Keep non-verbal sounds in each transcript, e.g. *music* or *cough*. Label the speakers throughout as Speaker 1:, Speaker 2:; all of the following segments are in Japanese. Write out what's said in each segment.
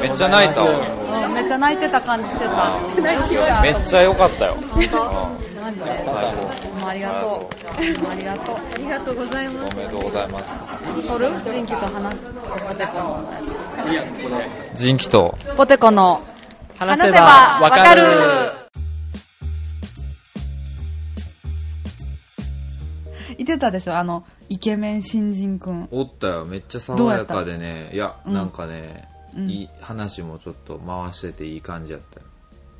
Speaker 1: めっちゃ泣いたわ
Speaker 2: うんめっちゃ泣いてた感じしてたよっしゃ
Speaker 1: めっちゃ良かったよ
Speaker 2: 本当マジで
Speaker 1: 最
Speaker 2: もうありがとうもうありがとう
Speaker 3: ありがとうございま
Speaker 1: 高お
Speaker 3: す。
Speaker 1: めでとうございます
Speaker 2: 撮る人気と話すポテコの
Speaker 1: 人気と
Speaker 2: ポテコの
Speaker 4: 話せばわかる。
Speaker 5: いてたでしょあの、イケメン新人くん。
Speaker 1: おったよめっちゃ爽やかでねいやなんかね、いい話もちょっと回してていい感じやったよ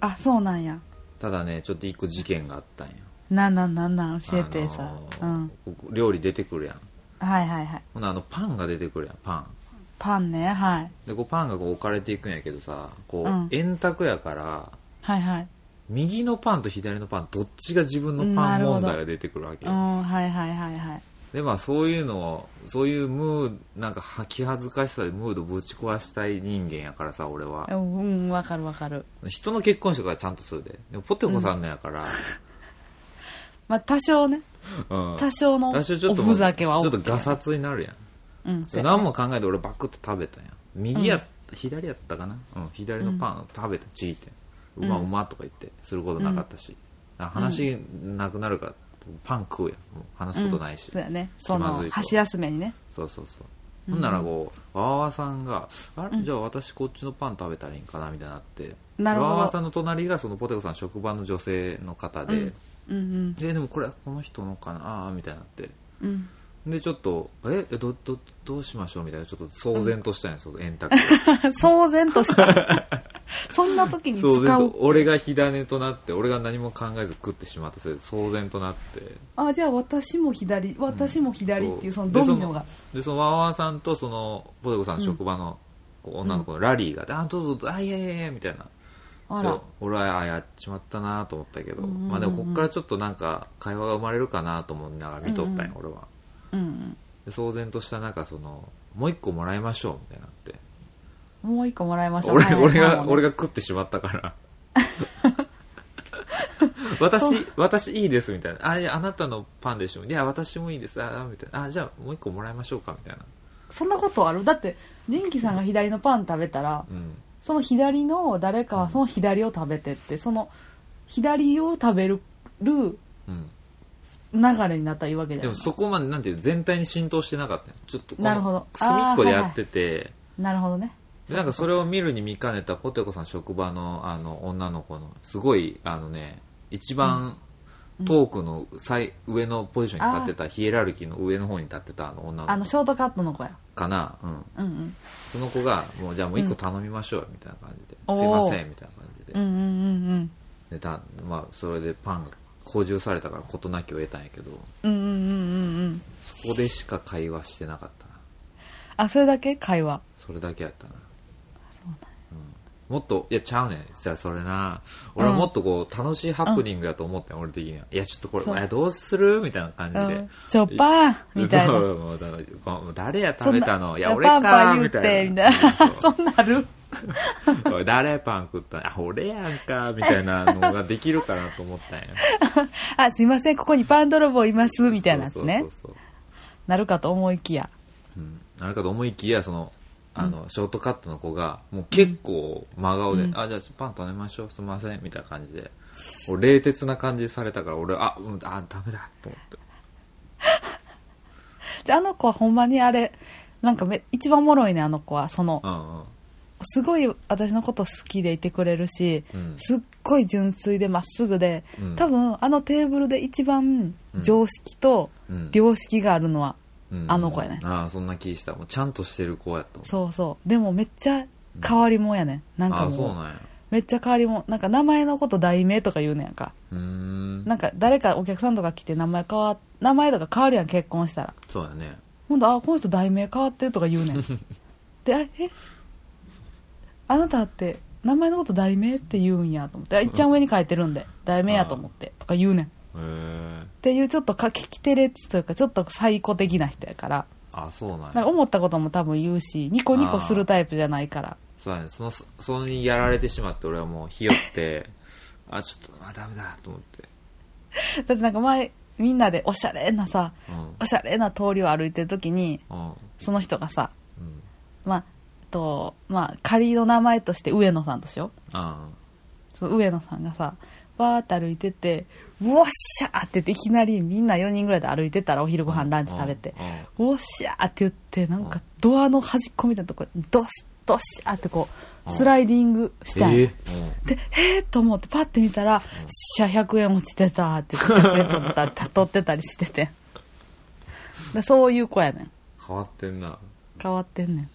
Speaker 5: あ、そうなんや。
Speaker 1: ただねちょっと一個事件があったんや
Speaker 5: なんなんなんなん教えてさ。
Speaker 1: あのー料理出てくるやん
Speaker 5: うん。はいはいはい。
Speaker 1: ほなあのパンが出てくるやんパン
Speaker 5: パンね、はい。
Speaker 1: でこうパンがこう置かれていくんやけどさこう、
Speaker 5: うん
Speaker 1: 円卓やから
Speaker 5: はいはい。
Speaker 1: 右のパンと左のパンどっちが自分のパ
Speaker 5: な
Speaker 1: ン
Speaker 5: るほど
Speaker 1: 問題が出てくるわけ
Speaker 5: う
Speaker 1: よ
Speaker 5: ん、はいはいはいはい。
Speaker 1: でまあそういうのをそういうムードなんかは気恥ずかしさでムードぶち壊したい人間やからさ俺は
Speaker 5: うんうん、わかるわかる。
Speaker 1: 人の結婚式とかちゃんとするででもポテコさんのやから、
Speaker 5: まあ、多少ね、
Speaker 1: うん
Speaker 5: 多少の
Speaker 1: 多少ちょ
Speaker 5: お
Speaker 1: っとも
Speaker 5: ふ
Speaker 1: うちょ
Speaker 5: ざ
Speaker 1: っ
Speaker 5: けは
Speaker 1: とガサツになるやん
Speaker 5: うん、
Speaker 1: で何も考えて俺バクッと食べたやん右や、左やったかな、うん、左のパン食べたちいてうまうまとか言ってすることなかったし、あ話なくなるからパン食うやんもう話すことないし、
Speaker 5: そうやね。
Speaker 1: 気
Speaker 5: そ
Speaker 1: まず
Speaker 5: の
Speaker 1: い、と
Speaker 5: 箸休めにね。
Speaker 1: そうそうそうほんならこうわわわさんが「あれじゃあ私こっちのパン食べたらいいんかな」みたいになって
Speaker 5: なるほど
Speaker 1: わわわさんの隣がそのポテコさん職場の女性の方で、
Speaker 5: うんうん。
Speaker 1: ででもこれこの人のかなあーみたいになって
Speaker 5: うん。 *laughs*
Speaker 1: でちょっと「えどどどうしましょう?」みたいなちょっと騒然としたんや、その円
Speaker 5: *laughs*
Speaker 1: 卓
Speaker 5: 騒然と
Speaker 1: *laughs*
Speaker 5: した。そんな時に
Speaker 1: 騒然
Speaker 5: 使
Speaker 1: と
Speaker 5: う。
Speaker 1: 俺が火種となって俺が何も考えず食ってしまってそれで騒然となって
Speaker 5: あ、じゃあ私も左、私も左っていう、その
Speaker 1: で
Speaker 5: ドミノが。
Speaker 1: そのでそのわーわーさんとそのポテコさんの職場の、こう女の子のラリーが「あどうぞどうぞあいやいやいや」みたいな
Speaker 5: あ
Speaker 1: で
Speaker 5: ら。
Speaker 1: 俺はあやっちまったなと思ったけど、まあでもこっからちょっとなんか会話が生まれるかなと思いながら見とったんよ、俺は
Speaker 5: うん
Speaker 1: で騒然とした中そのもう一個もらいましょうみたいになって
Speaker 5: うん。もう一個もらいましょう。
Speaker 1: 俺
Speaker 5: はい
Speaker 1: 俺が
Speaker 5: はい
Speaker 1: 俺が食ってしまったから *laughs* 私私いいですみたいなあいやあなたのパンでしょいや私もいいですあみたいなあじゃあもう一個もらいましょうかみたいな
Speaker 5: そんなことあるだって、元気さんが左のパン食べたら、
Speaker 1: うん
Speaker 5: その左の誰かはその左を食べてって、その左を食べる流
Speaker 1: うん
Speaker 5: れになったらいいわけじゃ
Speaker 1: で
Speaker 5: な
Speaker 1: も
Speaker 5: い
Speaker 1: そこまでなんていう全体に浸透してなかったよちょっとこ
Speaker 5: なるほ
Speaker 1: の
Speaker 5: ど
Speaker 1: 隅っこでやってて、
Speaker 5: なるほどね。
Speaker 1: でなんかそれを見るに見かねたポテコさん職場のあの女の子のすごいあのね一番遠くの最上のポジションに立ってたヒエラルキーの上の方に立ってたあの女
Speaker 5: あ
Speaker 1: の
Speaker 5: の、シ
Speaker 1: 子
Speaker 5: ョートカットの子や。
Speaker 1: かな、うん、
Speaker 5: うんうん。
Speaker 1: その子がもうじゃあもう一個頼みましょうよみたいな感じで、
Speaker 5: おー
Speaker 1: すいませんみたいな感じで,、
Speaker 5: うんうんうん
Speaker 1: でたまあ、それでパンが補充されたから事なきを得たんやけど
Speaker 5: うん。うんうんうんうんうん。
Speaker 1: そこでしか会話してなかったな
Speaker 5: あ、それだけ会話。
Speaker 1: それだけやったなうん、もっといやちゃうねんじゃあそれな俺はもっとこう、楽しいハプニングやと思ったよ、俺的にはいやちょっとこれ
Speaker 5: そう
Speaker 1: えどうするみたいな感じ
Speaker 5: う
Speaker 1: で、
Speaker 5: ん。チョッパーみたい
Speaker 1: そう
Speaker 5: な。
Speaker 1: もうだからもう誰や食べたのいや
Speaker 5: そん
Speaker 1: 俺
Speaker 5: な
Speaker 1: かみ
Speaker 5: パンパン
Speaker 1: たい
Speaker 5: 言うて
Speaker 1: な
Speaker 5: みたいな。 *laughs* そんなある
Speaker 1: そう誰パン食ったのあ俺やんかみたいなのができるかなと思
Speaker 5: *laughs*
Speaker 1: ったんや
Speaker 5: あ、すいません、ここにパン泥棒います、みたいなやつね
Speaker 1: そう。そうそう
Speaker 5: なるかと思いきや。
Speaker 1: そう、うん、あれかと思いきやそのあの、ショートカットの子がもう結構真顔で「あじゃあパン食べましょうすいません」みたいな感じで俺冷徹な感じされたから俺あ、うん、あダメだと思って
Speaker 5: じゃあ、あの子はほんまにあれ、なんかめ、一番おもろいね、あの子は。その、
Speaker 1: うんうん
Speaker 5: すごい私のこと好きでいてくれるし、
Speaker 1: うん
Speaker 5: すっごい純粋でまっすぐで、
Speaker 1: うん
Speaker 5: 多分あのテーブルで一番常識と
Speaker 1: うん
Speaker 5: 良識があるのは、
Speaker 1: うん
Speaker 5: あの子やね
Speaker 1: ああそんな気したもうちゃんとしてる子やと
Speaker 5: そうそうでもめっちゃ変わりもんやね、ん、なん
Speaker 1: あ
Speaker 5: か
Speaker 1: あそう
Speaker 5: もう
Speaker 1: なんや
Speaker 5: めっちゃ変わりもんなんか名前のこと題名とか言うねやんか
Speaker 1: うーん
Speaker 5: なんか誰かお客さんとか来て名前変わ名前とか変わるやん結婚したら
Speaker 1: そうやね
Speaker 5: ほんとあこの人題名変わってるとか言うねん *laughs* であえあなたって名前のこと題名って言うんやと思ってあいっちゃん上に書いてるんで題名やと思ってとか言うねんっ
Speaker 1: へえ
Speaker 5: ていうちょっとか聞き手列というかちょっとサイコ的な人やから
Speaker 1: ああそうなん
Speaker 5: なんか
Speaker 1: や
Speaker 5: 思ったことも多分言うしニコニコするタイプじゃないから
Speaker 1: そうやねそのそそれにやられてしまって俺はもうひよってあちょっとあダメだと思って
Speaker 5: だってなんか前みんなでおしゃれなさ
Speaker 1: うん
Speaker 5: おしゃれな通りを歩いてる時に
Speaker 1: うん
Speaker 5: その人がさ
Speaker 1: うん
Speaker 5: まあと、まあ、仮の名前として上野さんとしよ
Speaker 1: あ
Speaker 5: う。その上野さんがさ、わーって歩いてて、うおっしゃーって言って、いきなりみんな4人ぐらいで歩いてたらお昼ご飯ランチ食べて、うおっしゃーって言って、なんかドアの端っこみたいなとこ、ドスドシャーってこう、スライディングしたんや
Speaker 1: ええ
Speaker 5: で、えーと思ってパッて見たら、シャ100円落ちてたって言って、100円取ったって取ってたりしてて。だそういう子やねん。
Speaker 1: 変わってんな
Speaker 5: 変わってんねん。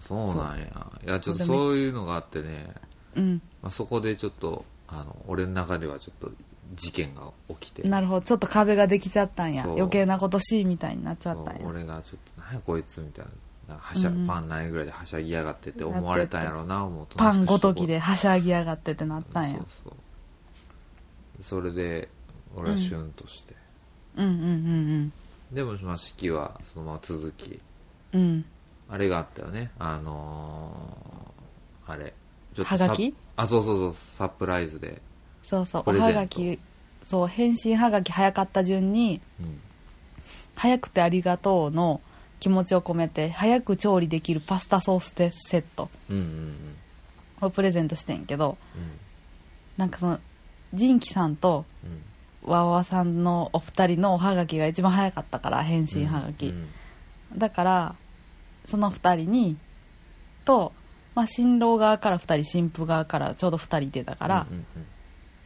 Speaker 1: そうなんやいやちょっとそういうのがあってね、
Speaker 5: うん。
Speaker 1: まあ、そこでちょっとあの俺の中ではちょっと事件が起きて
Speaker 5: なるほど。ちょっと壁ができちゃったんや。
Speaker 1: そう
Speaker 5: 余計なことしいみたいになっちゃったん
Speaker 1: そう
Speaker 5: や。
Speaker 1: 俺がちょっと何やこいつみたいななんかはしゃ、
Speaker 5: うんうん
Speaker 1: パンないぐらいではしゃぎやがってって思われたんやろうな思うと
Speaker 5: パンごときではしゃぎやがってってなったんや
Speaker 1: そう。そうそれで俺はシュンとして、
Speaker 5: うんうんうん
Speaker 1: でもまあ式はそのまま続き
Speaker 5: うん。うん。
Speaker 1: あれがあったよねあのーあれちょっ
Speaker 5: はがき
Speaker 1: サあそうそうそうサプライズで、
Speaker 5: そうそう。お
Speaker 1: プレゼン
Speaker 5: は
Speaker 1: ト
Speaker 5: がき、そう、返信はがき早かった順に、
Speaker 1: うん
Speaker 5: 早くてありがとうの気持ちを込めて、早く調理できるパスタソースでセット。
Speaker 1: うんうん
Speaker 5: をプレゼントしてんけど
Speaker 1: うん
Speaker 5: なんかそのジンキさんと
Speaker 1: うんうん
Speaker 5: わわわさんのお二人のおはがきが一番早かったから返信はがき、
Speaker 1: うん
Speaker 5: だからその二人にと、まあ、新郎側から二人新婦側からちょうど二人いてたから、
Speaker 1: うんうんうん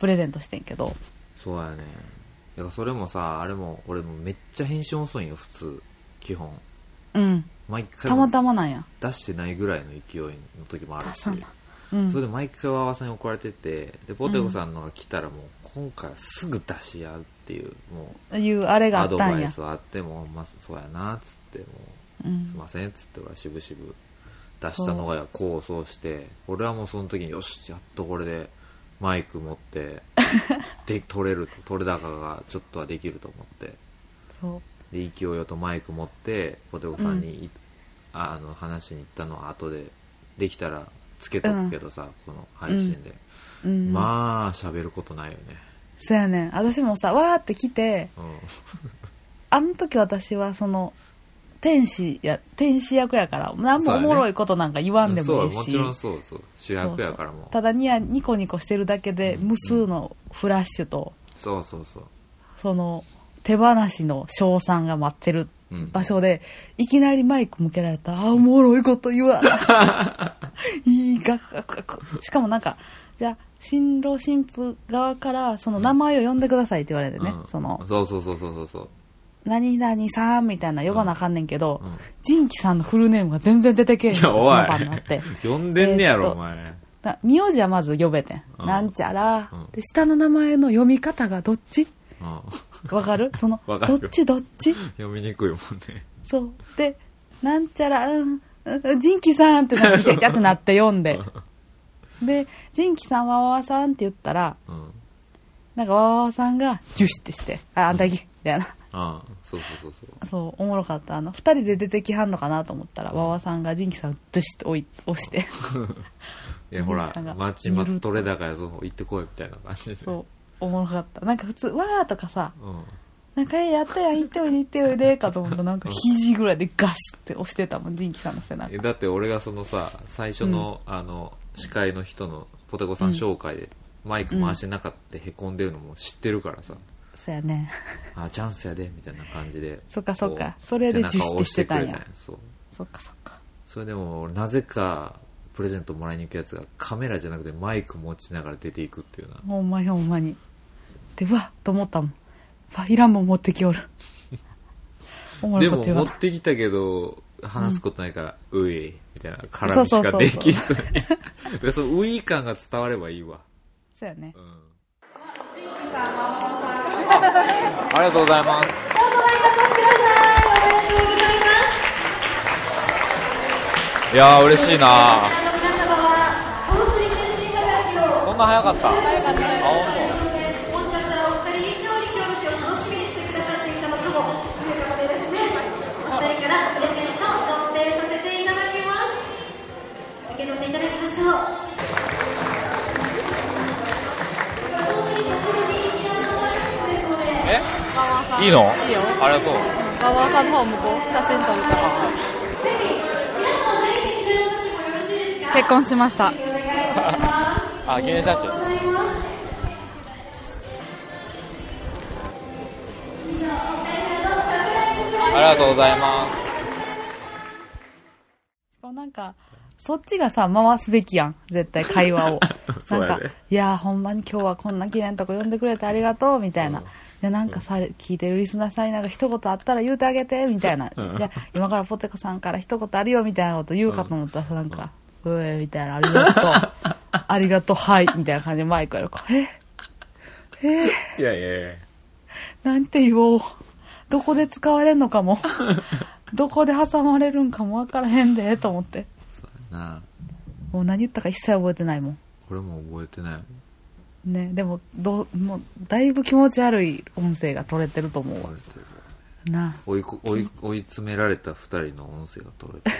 Speaker 5: プレゼントしてんけど
Speaker 1: そうやねだからそれもさあれも俺もめっちゃ返信遅いんよ普通基本
Speaker 5: うん
Speaker 1: 毎回
Speaker 5: たまたまなんや
Speaker 1: 出してないぐらいの勢いの時もあるし
Speaker 5: 出さなうん
Speaker 1: それで毎回わわさんに怒られててでポテコさんのが来たらもう今回はすぐ出し合うっていうも
Speaker 5: いうあれ
Speaker 1: う
Speaker 5: があ
Speaker 1: ア
Speaker 5: っ
Speaker 1: ド
Speaker 5: た
Speaker 1: バ
Speaker 5: ん
Speaker 1: イ
Speaker 5: や
Speaker 1: スはあってもうまあそうやなっつっても
Speaker 5: う
Speaker 1: うすい
Speaker 5: ん
Speaker 1: ませんっつって俺は渋々出したのが構想して俺はもうその時によしやっとこれでマイク持って
Speaker 5: *laughs*
Speaker 1: で取れると取れ高がちょっとはできると思って
Speaker 5: そう
Speaker 1: で勢いよとマイク持ってポテコさんにい、ああの話しに行ったのは後でできたらつけとくけどさ、この配信で、
Speaker 5: うん
Speaker 1: まあ喋ることないよね
Speaker 5: そうやねん私もさわーって来て
Speaker 1: う
Speaker 5: あの時私はその天使や天使役やから何もおもろいことなんか言わん
Speaker 1: ん
Speaker 5: で
Speaker 1: そ
Speaker 5: も
Speaker 1: う
Speaker 5: いい
Speaker 1: も
Speaker 5: し、
Speaker 1: ちろんそうそう主役やからもう
Speaker 5: ただニヤニコニコしてるだけで
Speaker 1: うん
Speaker 5: 無数のフラッシュと
Speaker 1: そうそうそう
Speaker 5: その手放しの称賛が待ってる
Speaker 1: うん
Speaker 5: 場所でいきなりマイク向けられたらあおもろいこと
Speaker 1: *laughs*
Speaker 5: 言わないいガクガクガクしかもなんかじゃあ新郎新婦側からその名前を呼んでくださいって言われてね、
Speaker 1: うん
Speaker 5: その
Speaker 1: そうそうそうそうそうそう
Speaker 5: 何々さんみたいな呼ばなあかんねんけど、
Speaker 1: うん
Speaker 5: ジンキさんのフルネームが全然出
Speaker 1: *laughs*
Speaker 5: てけえへん
Speaker 1: い
Speaker 5: か
Speaker 1: や
Speaker 5: ら
Speaker 1: お
Speaker 5: その場になって。
Speaker 1: い *laughs* 呼んでんねや
Speaker 5: えー
Speaker 1: ろ
Speaker 5: っと
Speaker 1: お前
Speaker 5: だ名字はまず呼べてん。
Speaker 1: うん
Speaker 5: なんちゃら、
Speaker 1: うん
Speaker 5: で、下の名前の読み方がどっち
Speaker 1: うん
Speaker 5: わかるその、
Speaker 1: わかる
Speaker 5: どっちどっち
Speaker 1: 読みにくいもん *laughs* ね
Speaker 5: そう。で、なんちゃら、うん、うんジンキさんってなって、 *laughs* キャキャってなって読んで。で、ジンキさん、わわわさんって言ったら、
Speaker 1: うん
Speaker 5: なんかわわわさんが、ジュシってして、あ、あんたき、みたいな。
Speaker 1: あそうそうそうそう
Speaker 5: そう、おもろかった。あの、二人で出てきはんのかなと思ったら、わわわさんがジンキさんをドゥシって押い押して。
Speaker 1: いやほら
Speaker 5: ジンキさんが
Speaker 1: 町また取れ高やぞ行ってこいみたいな感じで
Speaker 5: そう、おもろかった。なんか普通、わーとかさ、
Speaker 1: うん
Speaker 5: なんか、えやったやん、行っておいで、行っておいで、かと思ったら、なんか、肘ぐらいでガスって押してたもん、ジンキさんの背中
Speaker 1: え。だって俺がそのさ最初の,、あの司会の人のポテコさん紹介でマイク回してなかったってへこんでるのも知ってるからさ、
Speaker 5: そうやね。
Speaker 1: あチャンスやでみたいな感じで
Speaker 5: そっかそっか
Speaker 1: こう
Speaker 5: それで
Speaker 1: 背中を押してくれたん
Speaker 5: 受
Speaker 1: や
Speaker 5: 賞して
Speaker 1: そう
Speaker 5: そっかそっか。
Speaker 1: それでも俺なぜかプレゼントもらいに行くやつがカメラじゃなくてマイク持ちながら出ていくっていうな
Speaker 5: ほんまにほんまに。で、うわっと思ったもん。うわ、いらんもん持ってき
Speaker 1: *laughs*
Speaker 5: おる。おもろ
Speaker 1: で
Speaker 5: いこ
Speaker 1: も
Speaker 5: と言
Speaker 1: 持
Speaker 5: わ
Speaker 1: ってきたけど話すことないから、ういみたいな絡みしかできずにだからそのうい感が伝わればいいわ、
Speaker 5: そうやね
Speaker 1: う。ん、ありがとうございますいやー嬉しいなそんな早かった
Speaker 3: いただきましょう。本当に心に嫌なされですので。
Speaker 2: いいのいいよ。
Speaker 1: ありがとう
Speaker 2: 馬場さんの方向こう、写真撮るから。
Speaker 3: ぜひ皆さんのぜひ、記念写真もよろし
Speaker 2: 結婚しました
Speaker 4: あ、記念写真。ありがとうございます。
Speaker 5: しかもなんか、そっちがさ、回すべきやん。絶対会話を。
Speaker 1: *laughs* そ
Speaker 5: な
Speaker 1: うんやね
Speaker 5: か、いやーほんまに今日はこんな綺麗なとこ呼んでくれてありがとう、みたいな。で、なんかさ、聞いてるリスナーさんになんか一言あったら言うてあげて、みたいな。
Speaker 1: うん
Speaker 5: じゃあ今からポテコさんから一言あるよ、みたいなこと言うかと思ったらさ、なんか、うえーみたいな、ありが
Speaker 1: *laughs*
Speaker 5: とう。ありがとう、はい、みたいな感じでマイクやるから、ええー
Speaker 1: いやいやいや。
Speaker 5: なんて言おう。どこで使われんのか
Speaker 1: *laughs*
Speaker 5: も。どこで挟まれるんかもわからへんで、と思って。
Speaker 1: そうやな。
Speaker 5: もう何言ったか一切覚えてないもん。
Speaker 1: 俺も覚えてないもん。
Speaker 5: ね、でも、どう、もう、だいぶ気持ち悪い音声が取れてると思うわ
Speaker 1: 覚。えてる
Speaker 5: な
Speaker 1: 追いこ追い追い詰められた2人の音声が取れてる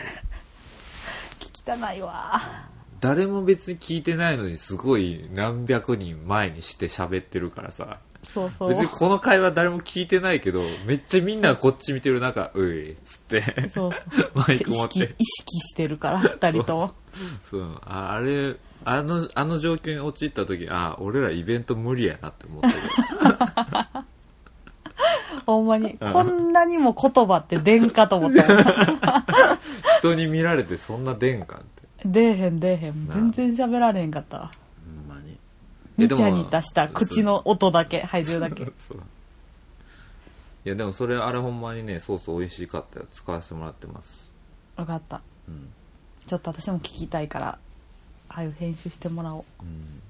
Speaker 5: あ汚いわ。
Speaker 1: 誰も別に聞いてないのにすごい何百人前にして喋ってるからさ
Speaker 5: そうそう
Speaker 1: 別。にこの会話誰も聞いてないけどめっちゃみんなこっち見てる中「うい」っつっ
Speaker 5: *laughs*
Speaker 1: て
Speaker 5: そう
Speaker 1: マ
Speaker 5: そう。意
Speaker 1: イク持っ
Speaker 5: 識
Speaker 1: て、
Speaker 5: 意識してるから、二人とも。
Speaker 1: そうああれあのあの状況に陥った時あ俺らイベント無理やなって思ったけど
Speaker 5: ほんまに。こんなにも言葉って出んかと思ったもん。
Speaker 1: 人に見られてそんな出んかんって
Speaker 5: *laughs* 出えへん出えへん。全然喋られへんかったわ。
Speaker 1: ほんまに
Speaker 5: にちゃに出した口の音だ *laughs* け、配重だけ。
Speaker 1: そういやでもそれあれほんまにねソース美味しかったよ使わせてもらってます
Speaker 5: わかった。
Speaker 1: うん、
Speaker 5: ちょっと私も聞きたいから、ああいう編集してもらおう。っ
Speaker 1: うん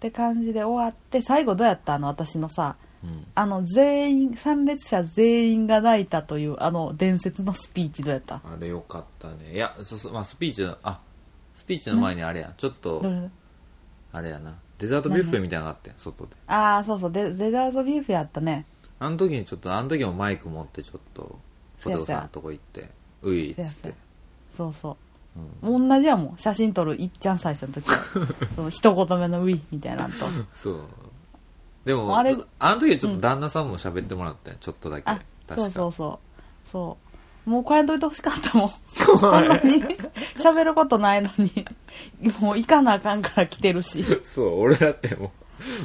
Speaker 5: て感じで終わって、最後どうやったあの、私のさ、
Speaker 1: うん、
Speaker 5: あの、全員、参列者全員が泣いたという、あの、伝説のスピーチどうやった
Speaker 1: あれよかったねいやそうそう、まあ、スピーチのあスピーチの前にあれやちょっと
Speaker 5: どれ
Speaker 1: あれやなデザートビュッフェみたいなのがあって外で
Speaker 5: ああ、そうそう、デデザートビュッフェやったね。
Speaker 1: あの時にちょっとあの時もマイク持ってちょっとポテ
Speaker 5: そうや
Speaker 1: コさんのとこ行ってういっ
Speaker 5: そうや
Speaker 1: つっ
Speaker 5: そう
Speaker 1: て
Speaker 5: やそうそう。もう同じやもん。写真撮るいっちゃん最初の時は
Speaker 1: *laughs*
Speaker 5: その一言目のウィみたいなんと。
Speaker 1: そうでも
Speaker 5: あ
Speaker 1: あ
Speaker 5: れ
Speaker 1: の時ちょっと旦那さんも喋ってもらったよ、ちょっとだけ
Speaker 5: あ
Speaker 1: 確、か
Speaker 5: そうそうそう。そう。もうこれやんといてほしかったもん。こんなに *laughs* 喋ることないのに、もう行かなあかんから来てるし。
Speaker 1: *laughs* そう俺だっても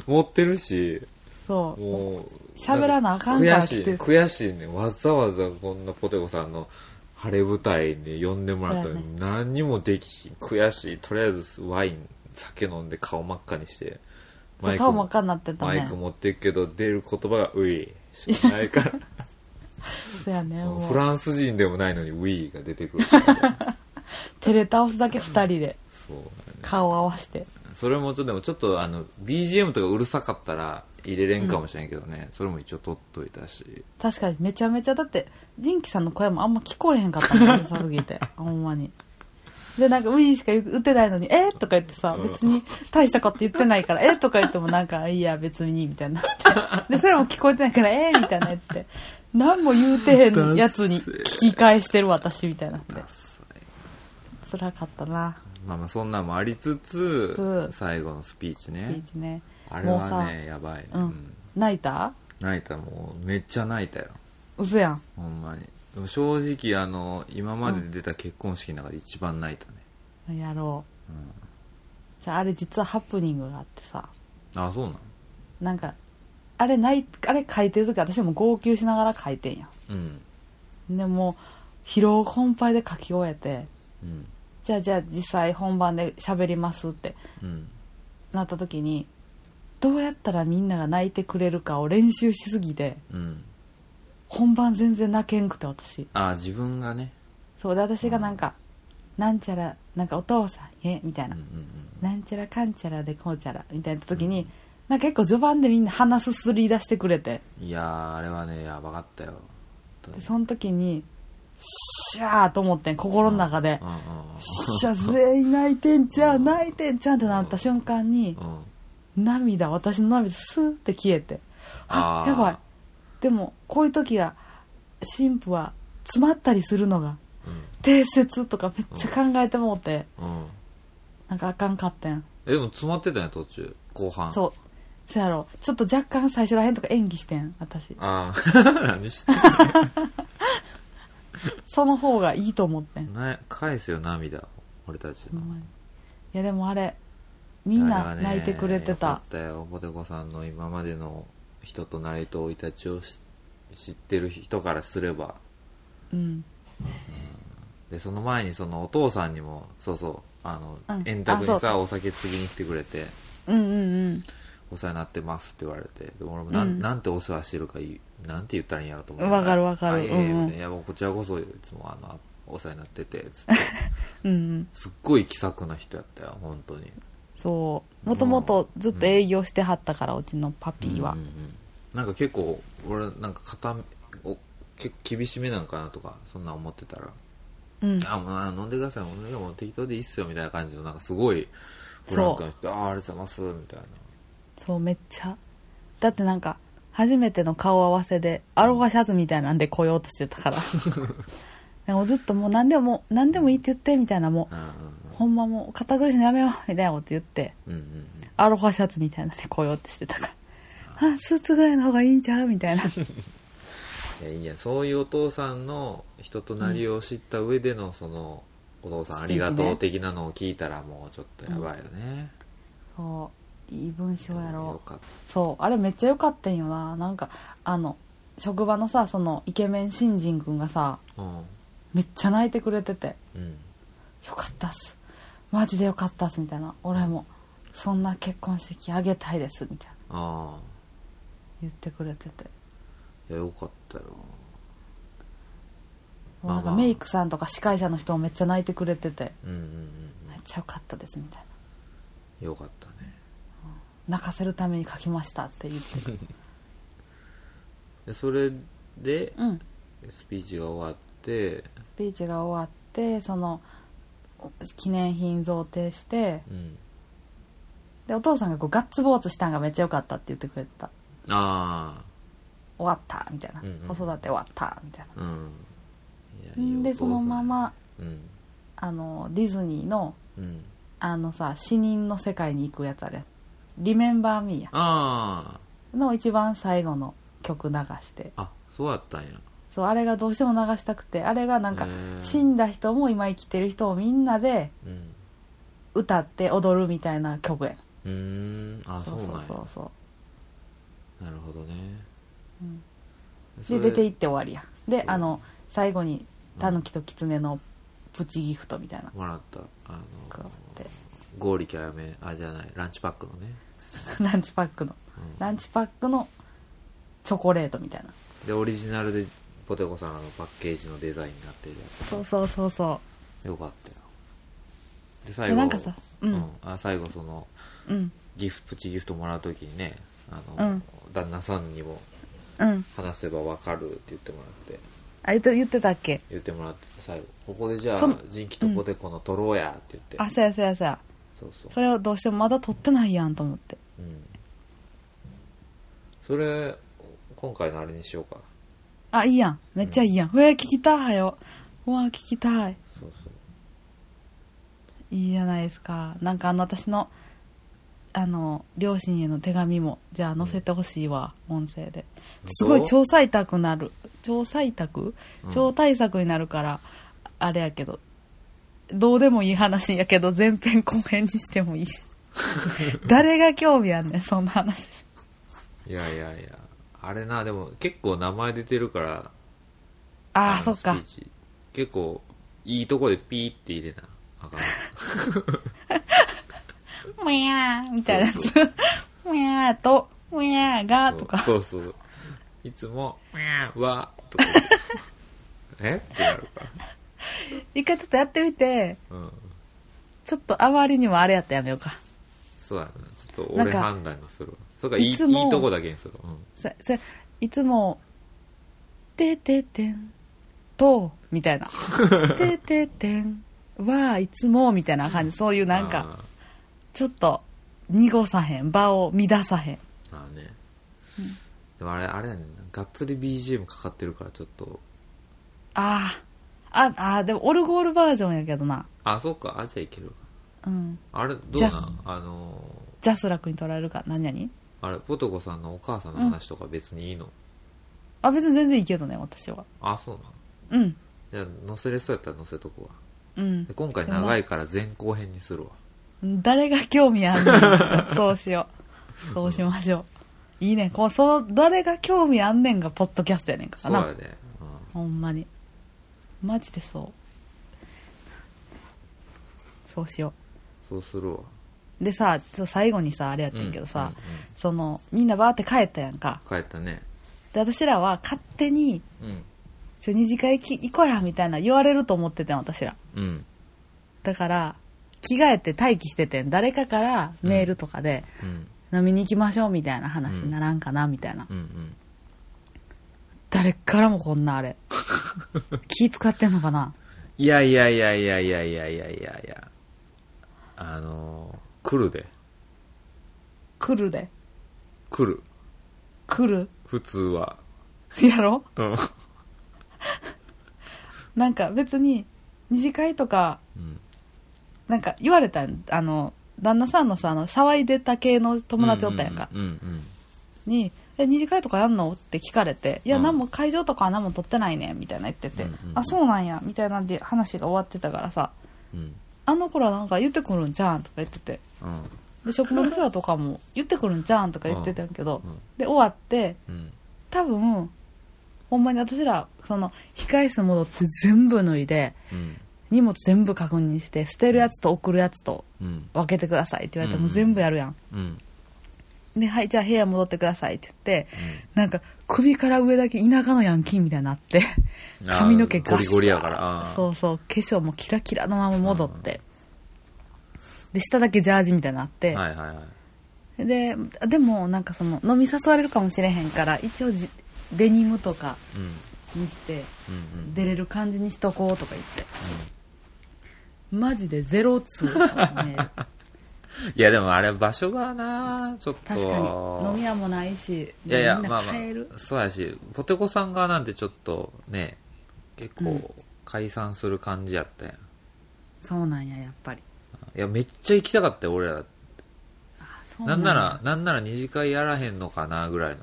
Speaker 1: う持ってるし
Speaker 5: そう。
Speaker 1: もう
Speaker 5: 喋らなあかんから
Speaker 1: 悔しい
Speaker 5: 来てる
Speaker 1: 悔しいねわざわざこんなポテコさんの晴れ舞台に呼んでもらったのに、何にもできひん悔しいとりあえずワイン酒飲んで顔真っ赤にして
Speaker 5: そう顔真っ赤になってた
Speaker 1: マ
Speaker 5: ね
Speaker 1: イク持ってくけど出る言葉が「ウィー」しかない
Speaker 5: *laughs*
Speaker 1: から
Speaker 5: そうやね、
Speaker 1: もう
Speaker 5: も
Speaker 1: フ
Speaker 5: う。
Speaker 1: ランス人でもないのに「ウィー」が出てく
Speaker 5: *laughs*
Speaker 1: るからね
Speaker 5: 照れ倒すだけ二人で
Speaker 1: そう
Speaker 5: 顔合わせて。
Speaker 1: それもちょっとでもちょっとあの BGM とかうるさかったら入れれんかもしれんけどね、それも一応取っといたし
Speaker 5: 確かにめちゃめちゃだってジンキさんの声もあんま聞こえへんかったもんね寒すぎて
Speaker 1: *laughs*
Speaker 5: ほんまにでなんかウィーンしか言ってないのに「えとか言ってさ別に大したこと言ってないから「えとか言ってもなんか「いや別に」みたいにな *laughs* ってでそれも聞こえてないから「えみたいな言って何も言うてへんやつに聞き返してる私みたいになって
Speaker 1: ダサい
Speaker 5: 辛かったな
Speaker 1: まあまあそんなんもありつつ、
Speaker 5: うん
Speaker 1: 最後のスピーチ
Speaker 5: ビ
Speaker 1: ね
Speaker 5: ー。チね
Speaker 1: あれ
Speaker 5: もうさ
Speaker 1: はね、やばい、ね
Speaker 5: うん、
Speaker 1: うん
Speaker 5: 泣いた
Speaker 1: 泣いた、もうめっちゃ泣いたよ。
Speaker 5: 嘘やん
Speaker 1: ほんまに。でも正直、あの、今まで出た結婚式の中で一番泣いたね。
Speaker 5: やろう、じゃああれ実はハプニングがあってさ
Speaker 1: あ、そうなの
Speaker 5: なんか、あれない、あれ書いてるとき私も号泣しながら書いてんや
Speaker 1: うん。
Speaker 5: ん。でも、疲労困憊で書き終えて、
Speaker 1: うん。
Speaker 5: じゃあじゃあ実際本番で喋りますって
Speaker 1: うん。
Speaker 5: なったときに、どうやったらみんなが泣いてくれるかを練習しすぎて、
Speaker 1: うん。
Speaker 5: 本番全然泣けんくて私。
Speaker 1: あ、自分がね。
Speaker 5: そうで私がなんか、なんちゃら、なんかお父さんへ、みたい
Speaker 1: うん
Speaker 5: な
Speaker 1: う。ん
Speaker 5: なんちゃらかんちゃらでこうちゃら、みたいなときに、なんか結構序盤でみんな鼻すすり出してくれて。
Speaker 1: うん。いやー、あれはね、やばかったよ。本当
Speaker 5: で
Speaker 1: に
Speaker 5: その時に、シャーと思ってん、心の中で
Speaker 1: う。ん
Speaker 5: シャー、全員泣いてんじゃん、泣いてんじゃんってなった瞬間に、
Speaker 1: うんうん。うん。
Speaker 5: 涙、私の涙、スーって消えて。あ
Speaker 1: あ、ー
Speaker 5: やばい。でも、こういう時は、神父は、詰まったりするのが、定説とかめっちゃ考えてもうて、
Speaker 1: うん。うん。
Speaker 5: なんかあかんかってん。
Speaker 1: え、でも詰まってたね、途中。後半。
Speaker 5: そう。そやろ。ちょっと若干最初らへんとか演技してん、私。
Speaker 1: あー、 *laughs* 何してんの
Speaker 5: その方がいいと思ってん。
Speaker 1: な返すよ、涙を。俺たち
Speaker 5: ほ
Speaker 1: の
Speaker 5: んまにいやでもあれみんな泣いてくれて
Speaker 1: あは
Speaker 5: た
Speaker 1: ねよかったよポテコさんの今までの人となりと生い立ちをし知ってる人からすれば
Speaker 5: うん
Speaker 1: でその前にそのお父さんにもそうそうあの、
Speaker 5: うん
Speaker 1: 円卓
Speaker 5: あそ
Speaker 1: に
Speaker 5: うか
Speaker 1: さお酒継ぎに来てくれて
Speaker 5: うんうん
Speaker 1: お世話になってますって言われてで俺もなん,、
Speaker 5: うん
Speaker 1: なんてお世話してるか言うなんて言ったらいいんやろと思って
Speaker 5: わかるわかる
Speaker 1: あいえいえ
Speaker 5: うんうん
Speaker 1: みたいないやもうこちらこそいつもあのお世話になっててつって
Speaker 5: うんうんうん
Speaker 1: すっごい気さくな人やったよ本当に
Speaker 5: そうもともとずっと営業してはったからうちのパピーは
Speaker 1: うんうんうんなんか結構俺なんか固めお結構厳しめなんかなとかそんなん思ってたら
Speaker 5: うん
Speaker 1: あもうあ飲んでください俺がもう適当でいいっすよみたいな感じのなんかすごいフランクな人ああありがとうございますみたいな
Speaker 5: そうめっちゃだってなんか初めての顔合わせでアロハシャツみたいなんで来ようとしてたから *laughs* でもずっともう何でも何でもいいって言ってみたいなもうほんまもう堅苦しいのやめようみたいなこと言って
Speaker 1: うんうんうんうん
Speaker 5: アロハシャツみたいなんで来ようとしてたからあスーツぐらいの方がいいんちゃうみたいな
Speaker 1: いやいいやそういうお父さんの人となりを知った上でのその、お父さんありがとう的なのを聞いたらもうちょっとやばいよね、
Speaker 5: *laughs* そういい文章やろ
Speaker 1: よかった
Speaker 5: そうあれめっちゃ良かったんよななんかあの職場のさそのイケメン新人くんがさ
Speaker 1: うん
Speaker 5: めっちゃ泣いてくれてて
Speaker 1: うん
Speaker 5: よかったっすマジでよかったっすみたいな俺もそんな結婚式あげたいですみたいな
Speaker 1: ああ
Speaker 5: 言ってくれてて
Speaker 1: いやよかったよ
Speaker 5: もうなん
Speaker 1: まあ
Speaker 5: か
Speaker 1: まあ
Speaker 5: メイクさんとか司会者の人もめっちゃ泣いてくれてて
Speaker 1: うんうん
Speaker 5: めっちゃよかったですみたい
Speaker 1: うんよかったね
Speaker 5: な泣かせるために書きましたって
Speaker 1: *laughs*
Speaker 5: 言って
Speaker 1: でそれで
Speaker 5: うん
Speaker 1: スピーチが終わって
Speaker 5: スピーチが終わってその記念品贈呈して
Speaker 1: うん
Speaker 5: でお父さんがこうガッツポーズしたんがめっちゃよかったって言ってくれてた
Speaker 1: あ
Speaker 5: 終わったみたいな、
Speaker 1: うんうん
Speaker 5: 子育て終わったみたいな
Speaker 1: あうんいや
Speaker 5: ん
Speaker 1: いい
Speaker 5: で
Speaker 1: お父さ
Speaker 5: そ
Speaker 1: ん
Speaker 5: のまま
Speaker 1: うん
Speaker 5: あのディズニーの
Speaker 1: うん
Speaker 5: あのさ死人の世界に行くやつあれ「リメンバー・ミー」や
Speaker 1: あ
Speaker 5: の一番最後の曲流して
Speaker 1: ああそうやったんや
Speaker 5: そうあれがどうしても流したくてあれがなんか
Speaker 1: へー
Speaker 5: 死んだ人も今生きてる人をみんなで
Speaker 1: うん
Speaker 5: 歌って踊るみたいな曲や
Speaker 1: うーんあ
Speaker 5: そ
Speaker 1: そうう
Speaker 5: そ
Speaker 1: な
Speaker 5: うん
Speaker 1: や
Speaker 5: そうそ
Speaker 1: なるほどね、
Speaker 5: うん
Speaker 1: そうれ
Speaker 5: で出て行って終わりやで
Speaker 1: そう
Speaker 5: あの最後にタヌキとキツネのプチギフトみたいな
Speaker 1: もらったあ
Speaker 5: こうや
Speaker 1: の
Speaker 5: って
Speaker 1: 合力あやめあじゃないランチパックのね、
Speaker 5: *laughs* ランチパックの
Speaker 1: うん
Speaker 5: ランチパックのチョコレートみたいな
Speaker 1: でオリジナルでポテコさんのパッケージのデザインになってるや
Speaker 5: そうそうそうそ
Speaker 1: つよかったよで
Speaker 5: う
Speaker 1: 最
Speaker 5: で
Speaker 1: 後
Speaker 5: なんかさう
Speaker 1: うんんあ最後その
Speaker 5: うん
Speaker 1: ギフプチギフトもらう時にねあの、
Speaker 5: うん
Speaker 1: 旦那さんにも
Speaker 5: うん
Speaker 1: 話せばわかるって言ってもらって
Speaker 5: あれと言ってたっけ
Speaker 1: 言ってもらって最後ここでじゃ
Speaker 5: その
Speaker 1: あ人気とポテコの取ろうやって言って、
Speaker 5: あそうやそうやそうや
Speaker 1: そうそう
Speaker 5: それをどうしてもまだ撮ってないやんと思って
Speaker 1: うんそれ今回のあれにしようか
Speaker 5: あいいやんめっちゃいいやん、うわ聞きたいようわ聞きたい
Speaker 1: そうそう
Speaker 5: いいじゃないですかなんかあの私のあの両親への手紙もじゃあ載せてほしいわ、音声で
Speaker 1: 当
Speaker 5: すごい超採択なる超採択
Speaker 1: うん
Speaker 5: 超対策になるから、あれやけどどうでもいい話やけど前編後編にして
Speaker 1: *laughs*
Speaker 5: もいいし誰が興味あんねんそんな話
Speaker 1: いやいやいやあれなでも結構名前出てるから
Speaker 5: ああ
Speaker 1: の
Speaker 5: そっか
Speaker 1: スピーチ結構いいとこでピーって入れなあかん
Speaker 5: 「むやー」みたいなやつ「むやー」と「むやーが」とか
Speaker 1: そうそうそういつも「わ」とかえってなるから
Speaker 5: 一回ちょっとやってみて
Speaker 1: うん
Speaker 5: ちょっとあまりにもあれやったらやめようか
Speaker 1: そうやなちょっと
Speaker 5: な
Speaker 1: 俺
Speaker 5: んか
Speaker 1: 判断にするわそっかいいい
Speaker 5: いつも
Speaker 1: いとこだけにするわうん
Speaker 5: そそいつも「てててん」とみたいな *laughs* 「てててん」はいつもみたいな感じそういうなんかちょっと濁さへん場を乱さへん
Speaker 1: あーまあね、でもあれあれやねんながっつり BGM かかってるからちょっと
Speaker 5: あーああーでもオルゴールバージョンやけどな
Speaker 1: あそうかあじゃあいけるわ
Speaker 5: うん
Speaker 1: あれどう
Speaker 5: じ
Speaker 1: な
Speaker 5: ゃあ
Speaker 1: んあの
Speaker 5: ジャスラックに取られるか何々
Speaker 1: ーあれポトコさんのお母さんの話とか別にいいの、
Speaker 5: あ別に全然いいけどね私は
Speaker 1: あそう
Speaker 5: うん
Speaker 1: なんじゃあ載せれそうやったら載せとくわ
Speaker 5: うん
Speaker 1: で。今回長いから前後編にするわ
Speaker 5: 誰が興味あん *laughs* ねん。そうしよう。そうしましょう。いいねん。こうその、誰が興味あんねんが、ポッドキャストやねんか
Speaker 1: そうや
Speaker 5: らな。
Speaker 1: ね、う
Speaker 5: ほんまに。マジでそう。そうしよ
Speaker 1: ん、そうするわ
Speaker 5: う。でさ、ちょ最後にさ、あれやってんけどさ、
Speaker 1: うんうんうん
Speaker 5: その、みんなバーって帰ったやんか。
Speaker 1: 帰ったね
Speaker 5: で、私らは勝手に、
Speaker 1: うん
Speaker 5: ちょ、二次会行き行こうや、みたいな言われると思っててん、私ら。
Speaker 1: うん
Speaker 5: だから、着替えて待機しててん。誰かからメールとかで、
Speaker 1: うん
Speaker 5: 飲みに行きましょうみたいな話にならんかなみたいな、
Speaker 1: うんうん
Speaker 5: 誰からもこんなあれ気使ってんのかない
Speaker 1: やいやいやいやいやいやいやいやいやあのー、来るで
Speaker 5: 来るで
Speaker 1: 来る
Speaker 5: 来る
Speaker 1: 普通は
Speaker 5: やろ
Speaker 1: うん
Speaker 5: なんか別に二次会とか
Speaker 1: うん
Speaker 5: なんか言われたんあの旦那さんのさあの騒いでた系の友達おったやんか、
Speaker 1: うんうん
Speaker 5: に「え二次会とかやんの?」って聞かれて「いや
Speaker 1: うん
Speaker 5: 何も会場とかは何も取ってないね」みたいな言ってて
Speaker 1: う
Speaker 5: 「
Speaker 1: んうんうん
Speaker 5: あそうなんや」みたいなんで話が終わってたからさ
Speaker 1: うんうん
Speaker 5: あの頃なんか言ってくるんじゃうんとか言ってて
Speaker 1: うん
Speaker 5: で職場の人らとかも言ってくるんじゃうんとか言ってたんやけど、
Speaker 1: うん
Speaker 5: で終わって
Speaker 1: うん
Speaker 5: 多分ほんまに私らその控室戻って全部脱いで
Speaker 1: うん
Speaker 5: 荷物全部確認して捨てるやつと送るやつと
Speaker 1: うん
Speaker 5: 分けてくださいって言われて
Speaker 1: うん
Speaker 5: もう全部やるやん、
Speaker 1: うん
Speaker 5: ではいじゃあ部屋戻ってくださいって言ってなんか首から上だけ田舎のヤンキーみたいになって
Speaker 1: あー
Speaker 5: 髪の毛が
Speaker 1: ゴリゴリやからあー
Speaker 5: そうそう化粧もキラキラのまま戻ってで下だけジャージみたいになって、
Speaker 1: はいはいはい
Speaker 5: ででもなんかその飲み誘われるかもしれへんから一応じデニムとか
Speaker 1: うん
Speaker 5: にして
Speaker 1: うんうん
Speaker 5: 出れる感じにしとこうとか言って、マジでゼロツーだからね
Speaker 1: いやでもあれ場所がなちょっと
Speaker 5: 確かに飲み屋もないし
Speaker 1: いやいや
Speaker 5: みん
Speaker 1: ま
Speaker 5: な
Speaker 1: あま
Speaker 5: 帰る、
Speaker 1: あそうやしポテコさんがなんてちょっとね結構解散する感じやったやん、
Speaker 5: そうなんややっぱり
Speaker 1: いやめっちゃ行きたかったよ俺ら
Speaker 5: あそう
Speaker 1: なん
Speaker 5: や
Speaker 1: なら、なんなら二次会やらへんのかなぐらいの、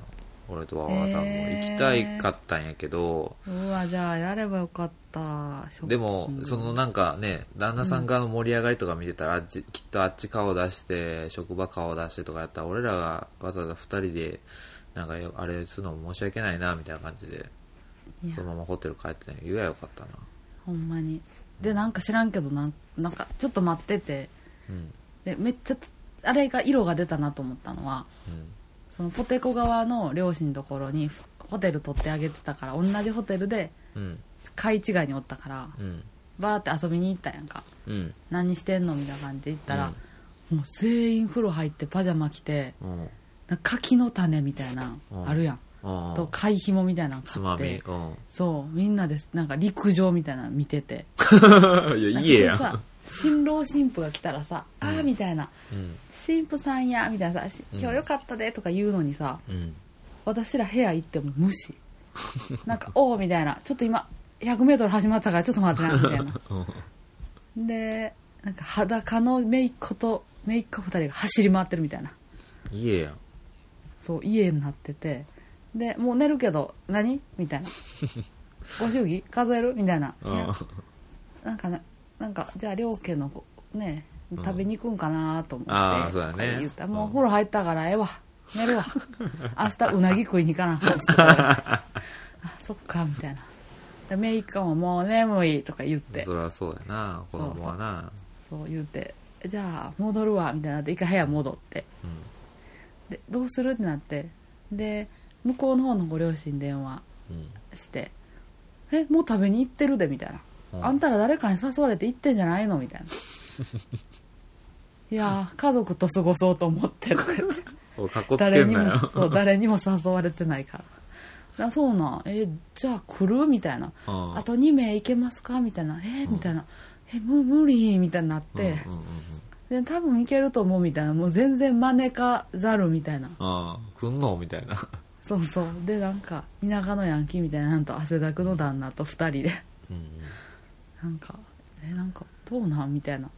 Speaker 1: 俺とわわさんも
Speaker 5: へ
Speaker 1: 行
Speaker 5: ー
Speaker 1: きたいかったんやけど、
Speaker 5: うわじゃあやればよかったショッキング
Speaker 1: でも、そのなんかね、旦那さん側の盛り上がりとか見てたら、あっちきっとあっち顔出して、職場顔出してとかやったら、俺らがわざわざ二人で、なんかよあれするのも申し訳ないな、みたいな感じで、
Speaker 5: いや
Speaker 1: そのままホテル帰ってたんやけど、言えばよかったな。
Speaker 5: ほんまにでなんか知らんけどなんなんかちょっと待ってて
Speaker 1: うん。
Speaker 5: でめっちゃあれが色が出たなと思ったのは
Speaker 1: うん。
Speaker 5: そのポテコ側の両親のところにホテル取ってあげてたから同じホテルで
Speaker 1: うん。
Speaker 5: 買い違いにおったから
Speaker 1: うん。
Speaker 5: バーって遊びに行ったやんか
Speaker 1: うん。
Speaker 5: 何してんのみたいな感じで行ったら、もう全員風呂入ってパジャマ着て
Speaker 1: うん。
Speaker 5: なんか柿の種みたいな
Speaker 1: うん
Speaker 5: んあるやん、
Speaker 1: うん。
Speaker 5: と貝ひもみたいなの買っ
Speaker 1: つ
Speaker 5: て
Speaker 1: まみ。うん。
Speaker 5: そうみんなでなんか陸上みたいなの見てて
Speaker 1: *laughs* いや、家や
Speaker 5: なんか
Speaker 1: ん。
Speaker 5: それさ新郎新婦が来たらさ「ああ」みたいな
Speaker 1: うん。
Speaker 5: 「新婦さんや」みたいなさし「
Speaker 1: うん
Speaker 5: 今日よかったで」とか言うのにさ、
Speaker 1: うん。
Speaker 5: 私ら部屋行っても無視なんか「おお」みたいな「ちょっと今 100m 始まったからちょっと待ってな」みたいな
Speaker 1: うん。
Speaker 5: でなんか裸の姪っ子と姪っ子2人が走り回ってるみたいな
Speaker 1: 家やん。
Speaker 5: そう家になっててでもう寝るけど何みた
Speaker 1: *laughs*
Speaker 5: いなご祝儀数えるみたいな、
Speaker 1: う
Speaker 5: い
Speaker 1: ん
Speaker 5: や。なんかななんかじゃあ両家のこね
Speaker 1: ん
Speaker 5: 食べに行くんかなと思って、
Speaker 1: あーそうだね
Speaker 5: 言ったら
Speaker 1: うん
Speaker 5: もうお風呂入ったからええわ寝
Speaker 1: *laughs*
Speaker 5: るわ明日うなぎ食いに行かなあかんしとか言われてあそっかみたいなでメイカももう眠いとか言って
Speaker 1: そりゃそうやな子供はな
Speaker 5: そう言うてじゃあ戻るわみたいになって一回部屋戻ってでどうするってなってで向こうの方のご両親に電話
Speaker 1: うん
Speaker 5: して「えもう食べに行ってるで」みたいな「
Speaker 1: うん
Speaker 5: あんたら誰かに誘われて行ってんじゃないの?」み
Speaker 1: *laughs*
Speaker 5: たいな「いやー家族と過ごそうと思って」とか言って
Speaker 1: *laughs* おいかっこつけ
Speaker 5: 誰
Speaker 1: ん
Speaker 5: に
Speaker 1: な
Speaker 5: も
Speaker 1: よ
Speaker 5: そう誰にも誘われてないからあそうなんえじゃあ来るみたいな
Speaker 1: うん
Speaker 5: あと2名行けますかみたいなえーみたいなえむ無理みたいになって、
Speaker 1: うんうんうん
Speaker 5: で多分いけると思うみたいなもう全然招かざるみたいな
Speaker 1: うんうん来んのみたいな
Speaker 5: そうそうでなんか田舎のヤンキーみたいななんと汗だくの旦那と2人で
Speaker 1: うん
Speaker 5: なんかえなんかどうなんみたいなこ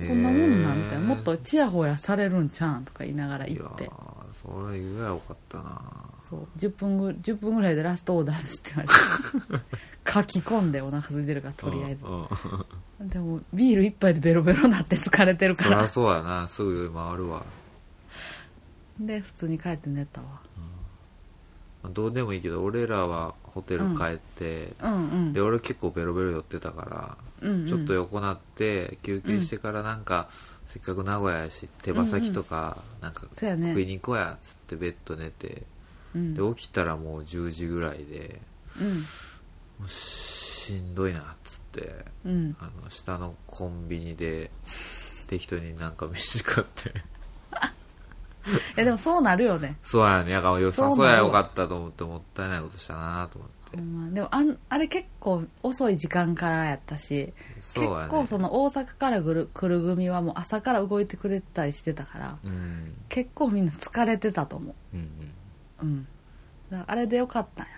Speaker 1: へー
Speaker 5: んなもんなんみたいなもっとちやほやされるんちゃうんとか言いながら
Speaker 1: い
Speaker 5: 行
Speaker 1: や
Speaker 5: って
Speaker 1: ーそれ言えばよかったな
Speaker 5: そう10分ぐ10分ぐらいでラストオーダーですって言わ
Speaker 1: *laughs*
Speaker 5: れて書き込んでお腹空いてるからとりあえず
Speaker 1: うんうん
Speaker 5: でもビール一杯でベロベロになって疲れてるか
Speaker 1: そりゃ
Speaker 5: ら
Speaker 1: そうやなすぐ回るわ
Speaker 5: で普通に帰って寝たわ
Speaker 1: どうでもいいけど俺らはホテル帰って、
Speaker 5: うんうん
Speaker 1: で俺結構ベロベロ寄ってたから、
Speaker 5: うんうん
Speaker 1: ちょっと横なって休憩してからなんか、せっかく名古屋やし手羽先とかなんか
Speaker 5: そうやね
Speaker 1: 食いに行こうやっつってベッド寝て、
Speaker 5: うん
Speaker 1: で起きたらもう10時ぐらいで
Speaker 5: う
Speaker 1: もうしんどいなっつって
Speaker 5: んうん
Speaker 1: あの下のコンビニで適当になんか *laughs* 飯買って
Speaker 5: いやでもそうなるよね
Speaker 1: そうやねやから良さ
Speaker 5: そ
Speaker 1: そうう
Speaker 5: な
Speaker 1: や
Speaker 5: の
Speaker 1: よかったと思ってもったいないことしたなと思って
Speaker 5: ほんまでもあんあれ結構遅い時間からやったし、
Speaker 1: そう
Speaker 5: 結
Speaker 1: やね
Speaker 5: 構その大阪から来る来る組はもう朝から動いてくれてたりしてたから
Speaker 1: うんうん
Speaker 5: 結構みんな疲れてたと思
Speaker 1: うん
Speaker 5: ううんだからあれでよかったんや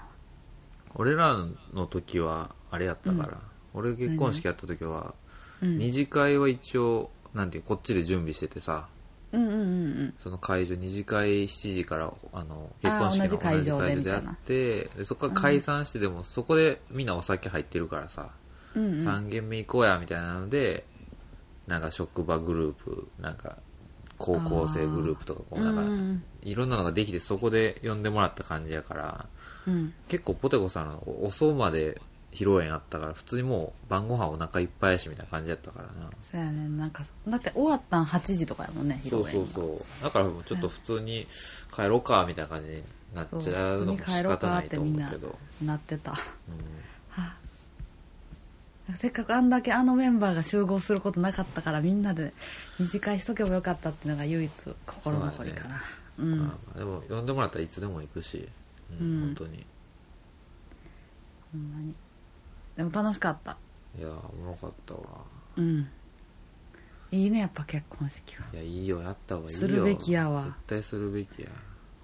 Speaker 1: 俺らの時はあれやったから、俺結婚式やった時は、
Speaker 5: うん
Speaker 1: 二次会は一応なんていうこっちで準備しててさ
Speaker 5: うんうんうん
Speaker 1: その会場二次会7時からあの
Speaker 5: あー
Speaker 1: 結婚式の
Speaker 5: 同じ会場で
Speaker 1: 同じ会やってでそこから解散してでも、そこでみんなお酒入ってるからさ、
Speaker 5: うんうんうん
Speaker 1: 3軒目行こうやみたいなのでなんか職場グループなんか高校生グループとかこう
Speaker 5: う
Speaker 1: なん
Speaker 5: ん
Speaker 1: か、
Speaker 5: うん
Speaker 1: いろんなのができてそこで呼んでもらった感じやから
Speaker 5: うん
Speaker 1: 結構ポテコさんの遅うまで披露宴あったから普通にもう晩ご飯お腹いっぱいやしみたいな感じやったからな
Speaker 5: そうやねなんかだって終わったん8時とかやもんね
Speaker 1: そうそう
Speaker 5: う
Speaker 1: そうだからもうちょっと普通に帰ろうかみたいな感じになっちゃうのも仕方ないと思うけど
Speaker 5: なってた
Speaker 1: う
Speaker 5: はあせっかくあんだけあのメンバーが集合することなかったからみんなで二次会しとけばよかったっていうのが唯一心残りかなう,、
Speaker 1: ん
Speaker 5: ん、
Speaker 1: まあでも呼んでもらったらいつでも行くし、う
Speaker 5: うんん
Speaker 1: 本当に
Speaker 5: ほんまにでも楽しかった
Speaker 1: いやおもろかったわ
Speaker 5: うんいいねやっぱ結婚式はい
Speaker 1: やいいよやった方がいいよ
Speaker 5: するべきやわ
Speaker 1: 絶対するべきや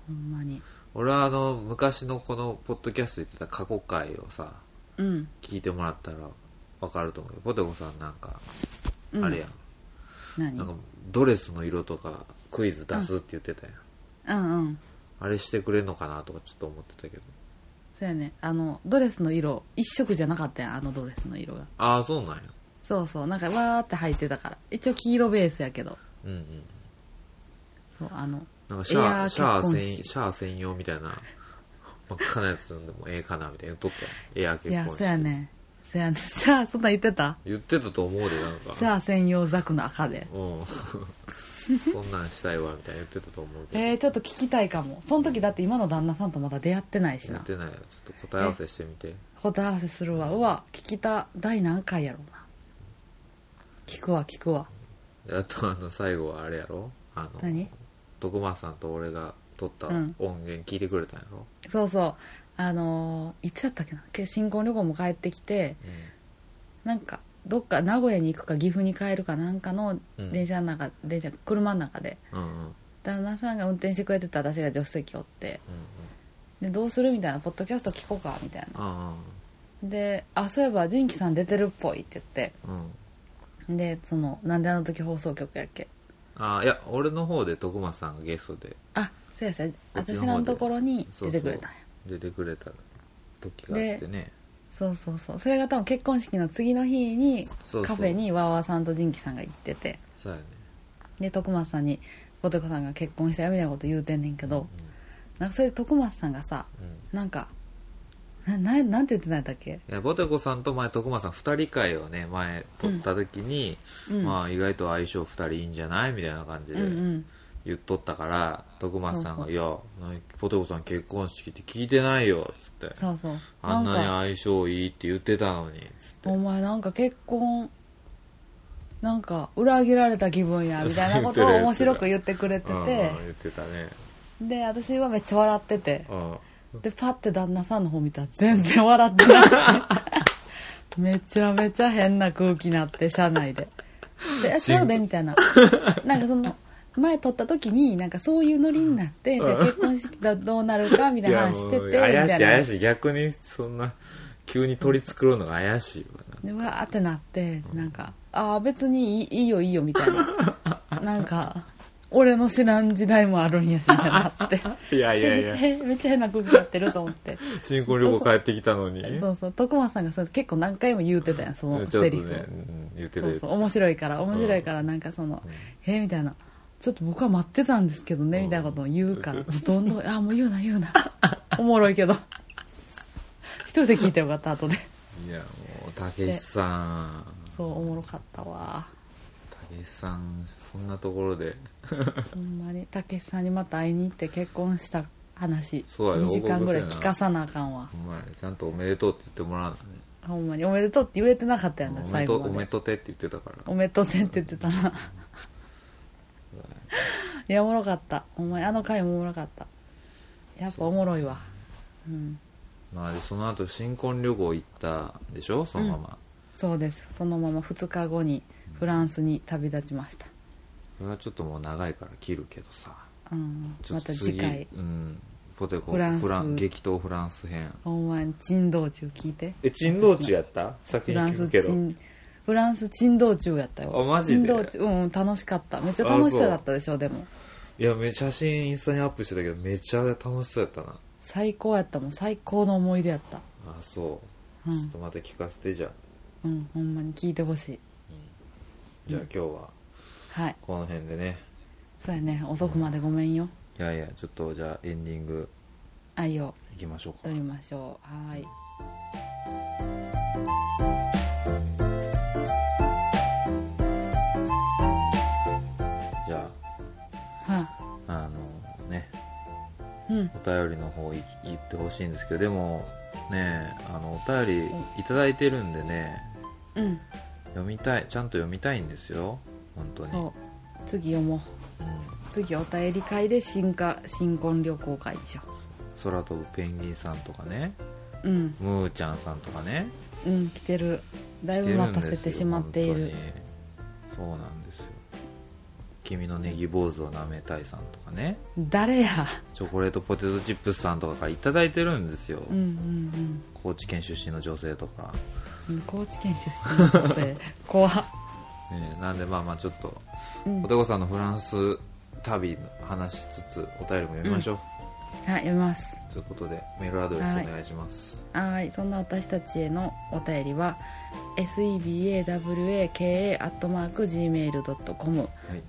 Speaker 5: ほんまに
Speaker 1: 俺はあの昔のこのポッドキャスト言ってた過去回をさ
Speaker 5: うん
Speaker 1: 聞いてもらったらわかると思うよポテコさんなんか
Speaker 5: うん
Speaker 1: あれやん、
Speaker 5: 何
Speaker 1: なんかドレスの色とかクイズ出すって言ってたやん、
Speaker 5: うんうん
Speaker 1: あれしてくれんのかなとかちょっと思ってたけど
Speaker 5: そうやねあのドレスの色一色じゃなかったやんあのドレスの色が
Speaker 1: ああそうなんや
Speaker 5: そうそうなんかわーって入ってたから一応黄色ベースやけど
Speaker 1: うんうん
Speaker 5: そうあの
Speaker 1: なんかシャ
Speaker 5: エア
Speaker 1: ア
Speaker 5: ー
Speaker 1: シャア
Speaker 5: 結婚
Speaker 1: 専
Speaker 5: 式
Speaker 1: シャア専用みたいな真っ赤なやつ飲んでもええかなみたいな言っとったやんエアー
Speaker 5: いや
Speaker 1: 結婚式
Speaker 5: そうやねそうやね *laughs* じゃあそんなん言ってた
Speaker 1: 言ってたと思うでなんか
Speaker 5: じゃあ専用ザクの赤で。
Speaker 1: うん
Speaker 5: *laughs*
Speaker 1: そんなんしたいわみたいな言ってたと思うけど、
Speaker 5: えー、ちょっと聞きたいかも。その時だって今の旦那さんとまだ出会ってないし
Speaker 1: 言っ
Speaker 5: な。
Speaker 1: てないよちょっと答え合わせしてみて
Speaker 5: 答え合わせするわ。うわ、聞きた、第何回やろうな。聞くわ、聞くわ。
Speaker 1: *laughs* あとあの最後はあれやろあの
Speaker 5: 何
Speaker 1: 徳松さんと俺が撮った
Speaker 5: うん
Speaker 1: 音源聞いてくれたんやろ、
Speaker 5: そうそう。あのーいつやったっけなけ新婚旅行も帰ってきて、なんか、どっか名古屋に行くか岐阜に帰るかなんかの
Speaker 1: うん
Speaker 5: 電車の中、電車、車の中で、
Speaker 1: うん、うんうんうん
Speaker 5: 旦那さんが運転してくれてた私が助手席おって、で、どうするみたいな、ポッドキャスト聞こうか、みたいな。
Speaker 1: あ
Speaker 5: で「あそういえば仁キさん出てるっぽい」って言
Speaker 1: あうん
Speaker 5: ってでその「なんであの時放送局やっけ?
Speaker 1: あいや俺の方で徳松さんがゲストで」
Speaker 5: あそうやそうや
Speaker 1: こっち
Speaker 5: 私
Speaker 1: の方で
Speaker 5: らのところに
Speaker 1: そう
Speaker 5: 出てくれたんや
Speaker 1: そう出てくれた時があってね
Speaker 5: そうそうそうそれが多分結婚式の次の日に
Speaker 1: そうそう
Speaker 5: カフェにわーわーさんと仁キさんが行ってて
Speaker 1: そうやね
Speaker 5: で徳松さんに「ポテコさんが結婚したよ」みたいなこと言うてんねんけど、なんかそれで徳松さんがさ
Speaker 1: うん、うん
Speaker 5: なんかなななんて言ってたんだっけ
Speaker 1: いやボテコさんと前徳間さん2人会をね前撮った時に、
Speaker 5: うん
Speaker 1: まあ意外と相性2人いいんじゃないみたいな感じ
Speaker 5: う
Speaker 1: で
Speaker 5: んうん
Speaker 1: 言っとったから、徳松さんが「
Speaker 5: そうそう
Speaker 1: いやなポテコさん結婚式って聞いてないよ」っつって
Speaker 5: そうそう
Speaker 1: あんなに
Speaker 5: か
Speaker 1: 相性いいって言ってたのにっつって
Speaker 5: お前なんか結婚なんか裏切られた気分やみたいなことを面白く言ってくれて
Speaker 1: うん *laughs*
Speaker 5: て
Speaker 1: 言ってたね
Speaker 5: で私はめっちゃ笑ってて
Speaker 1: うん
Speaker 5: でパッて旦那さんの方見たら全然笑ってなくてめちゃめちゃ変な空気になって車内でであ「そうで」みたいななんかその前撮った時になんかそういうノリになって、じゃあ結婚式だどうなるかみたいな話しててみたいな
Speaker 1: 怪しい怪しい逆にそんな急に取り繕うのが怪しいわな
Speaker 5: でわーってなってなんか「ああ別にいいいいよいいよ」みたいななんか俺の知らん時代もあるんやしみたいになって
Speaker 1: いやいやいや
Speaker 5: めっちゃめっちゃ変な空気になってると思って
Speaker 1: 新婚旅行帰ってきたのに
Speaker 5: *laughs* そうそう徳間さんがそう結構何回も言うてたやんその
Speaker 1: ちょっ
Speaker 5: セ
Speaker 1: と
Speaker 5: リ
Speaker 1: ね、
Speaker 5: フを、
Speaker 1: うん、言って
Speaker 5: そう
Speaker 1: る
Speaker 5: そう面白いから面白いからなんかその「えみたいな「ちょっと僕は待ってたんですけどね」みたいなことを言うからもうどんど *laughs* ん「あもう言うな言
Speaker 1: *laughs*
Speaker 5: うな」おもろいけど一人で聞いてよかった後で
Speaker 1: いやもうたけしさん
Speaker 5: そうおもろかったわ
Speaker 1: たけしさんそんなところで
Speaker 5: ほんまにたけしさんにまた会いに行って結婚した話
Speaker 1: そうやね
Speaker 5: 2時間ぐらい
Speaker 1: 報告せ
Speaker 5: 聞
Speaker 1: な
Speaker 5: かさなあかんわ
Speaker 1: お前ちゃんとおめでとうって言ってもらわな
Speaker 5: ほんまに「おめでとう」って言えてなかったやん
Speaker 1: ね
Speaker 5: な
Speaker 1: おめで
Speaker 5: 最
Speaker 1: と
Speaker 5: 後
Speaker 1: うおめ
Speaker 5: まで
Speaker 1: でとうてって言ってたから
Speaker 5: 「おめでとう」って言ってたないやおもろかったお前あの回もおもろかったやっぱおもろいわうん
Speaker 1: まあでその後新婚旅行行ったでしょそのまま、
Speaker 5: そうですそのまま2日後にフランスに旅立ちました、
Speaker 1: それはちょっともう長いから切るけどさ
Speaker 5: うん、
Speaker 1: ちょ
Speaker 5: ま
Speaker 1: っと
Speaker 5: た
Speaker 1: 次
Speaker 5: 次回
Speaker 1: うん、ポテコ
Speaker 5: フランス
Speaker 1: フラン激闘フランス編
Speaker 5: ほんまに珍道中聞いて
Speaker 1: え珍道中やった先
Speaker 5: フ
Speaker 1: に
Speaker 5: ラン
Speaker 1: 聞
Speaker 5: ス
Speaker 1: くけど
Speaker 5: 珍フランス珍道中やったよ
Speaker 1: あマジで
Speaker 5: 珍道中うんうん楽しかっためっちゃ楽しそうだったでしょでも
Speaker 1: いやめ写真インスタにアップしてたけどめちゃ楽しそうやったな
Speaker 5: 最高やったもん最高の思い出やった
Speaker 1: あそう、
Speaker 5: うん
Speaker 1: ちょっとまた聞かせてじゃあ
Speaker 5: うんほんまに聞いてほしい
Speaker 1: じゃあ今日は
Speaker 5: はい
Speaker 1: この辺でね、
Speaker 5: そうやね遅くまでごめんよ
Speaker 1: いやいやちょっとじゃあエンディング
Speaker 5: 愛を
Speaker 1: いきましょうか
Speaker 5: 取りましょうはーい
Speaker 1: じゃ
Speaker 5: は
Speaker 1: ああのね
Speaker 5: うん
Speaker 1: お便りの方い言ってほしいんですけどでもねあのお便りいただいてるんでね
Speaker 5: うん
Speaker 1: 読みたいちゃんと読みたいんですよ本当に
Speaker 5: そう次読もう
Speaker 1: うん
Speaker 5: 次お便り会で新化新婚旅行会でしょ
Speaker 1: 空飛ぶペンギンさんとかね
Speaker 5: うん
Speaker 1: ムーちゃんさんとかね
Speaker 5: うん来てるだいぶ待たせてしまっている
Speaker 1: 本当にそうなんですよ君のネギ坊主を舐めたいさんとかね
Speaker 5: 誰や
Speaker 1: チョコレートポテトチップスさんとかからいただいてるんですよ、
Speaker 5: うんうん
Speaker 1: 高知県出身の女性とか、
Speaker 5: うん高知県出身の女 *laughs* 性怖っ
Speaker 1: ね、なんでまあまあちょっと
Speaker 5: うん
Speaker 1: お手こさんのフランス旅の話しつつお便りも読みましょう、
Speaker 5: はい読みます
Speaker 1: ということでメールアドレス
Speaker 5: はい
Speaker 1: お願いします、
Speaker 5: はーいそんな私たちへのお便りは sebawaka.gmail.com
Speaker 1: はい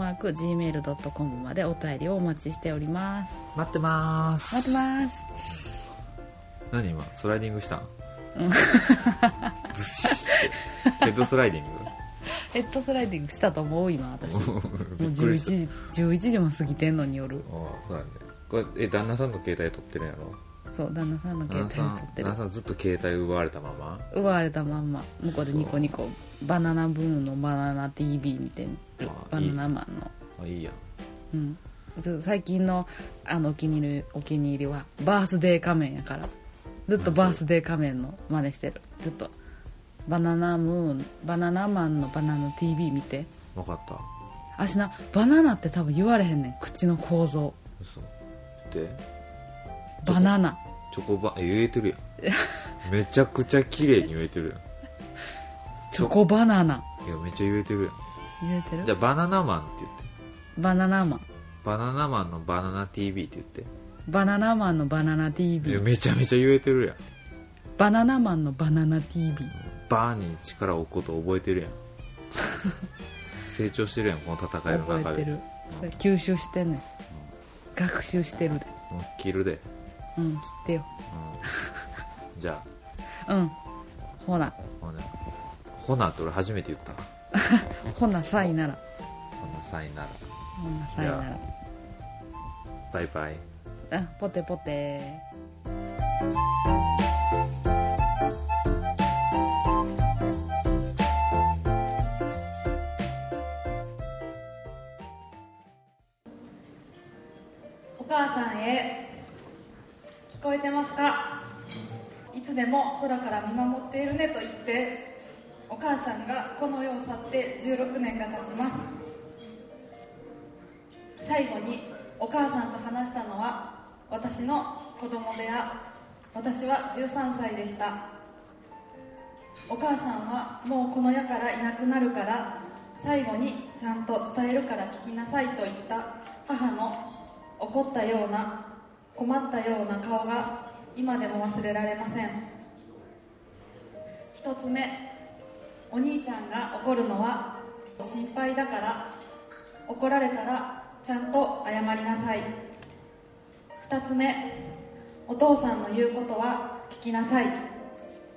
Speaker 5: sebawaka.gmail.com までお便りをお待ちしております
Speaker 1: 待ってまーす
Speaker 5: 待ってます
Speaker 1: 何今スライディングしたん、 *laughs* ずっしってヘッドスライディング
Speaker 5: ヘッドスライディングしたと思う今私 *laughs*
Speaker 1: び
Speaker 5: もう
Speaker 1: っく
Speaker 5: 11
Speaker 1: りした
Speaker 5: 時11時も過ぎてんのに夜
Speaker 1: ああそうなんだこれえ旦那さんの携帯取ってるんやろ
Speaker 5: そう旦那さんの携
Speaker 1: 旦那
Speaker 5: 帯
Speaker 1: さ
Speaker 5: に撮
Speaker 1: ん
Speaker 5: っ
Speaker 1: 旦
Speaker 5: てる
Speaker 1: 那さんずっと携帯奪われたまま
Speaker 5: 奪われたまんま向こうでニコニコバナナブーンのバナナ TV 見てる
Speaker 1: あ
Speaker 5: バ
Speaker 1: いい
Speaker 5: ナナマンの
Speaker 1: あいいやん
Speaker 5: うんずっと最近のあのお気に入りお気に入りはバースデー仮面やからずっとバースデー仮面の真似してるずっとバナナムーンバナナマンのバナナ TV 見て
Speaker 1: 分かった
Speaker 5: あしなバナナって多分言われへんねん口の構造
Speaker 1: 嘘で
Speaker 5: バナナ
Speaker 1: チョコバえ言えてるや
Speaker 5: *laughs*
Speaker 1: んめちゃくちゃ綺麗に言えてる
Speaker 5: チョコバナナ
Speaker 1: やんいやめっちゃ言えてるやん
Speaker 5: 言えてる
Speaker 1: じゃあバナナマンって言って
Speaker 5: バナナマン
Speaker 1: バナナマンのバナナ TV って言っ
Speaker 5: バナナマンのバナナ
Speaker 1: ていや
Speaker 5: TV
Speaker 1: めちゃめちゃ言えてるやん
Speaker 5: バナナマンのバナナ TV
Speaker 1: バーに力を置くこと覚えて
Speaker 5: *laughs*
Speaker 1: るやん成長してるやんこの戦いの
Speaker 5: 覚
Speaker 1: 中
Speaker 5: えて
Speaker 1: で
Speaker 5: るそれ吸収してんねん学習してるで
Speaker 1: もう切るで、
Speaker 5: うん切ってよ
Speaker 1: うん、じゃあ
Speaker 5: うんほら
Speaker 1: ほなほなって俺初めて言ったわ
Speaker 5: ほなさいなら
Speaker 1: ほなさいなら
Speaker 5: ほなさいな
Speaker 1: じ
Speaker 5: ら
Speaker 1: バイバイ
Speaker 5: あポテポテ
Speaker 2: お母さんへ聞こえてますかいつでも空から見守っているねと言ってお母さんがこの世を去って16年が経ちます最後にお母さんと話したのは私の子供部屋私は13歳でしたお母さんはもうこの世からいなくなるから最後にちゃんと伝えるから聞きなさいと言った母の怒ったような困ったような顔が今でも忘れられません一つ目お兄ちゃんが怒るのは心配だから怒られたらちゃんと謝りなさい二つ目お父さんの言うことは聞きなさい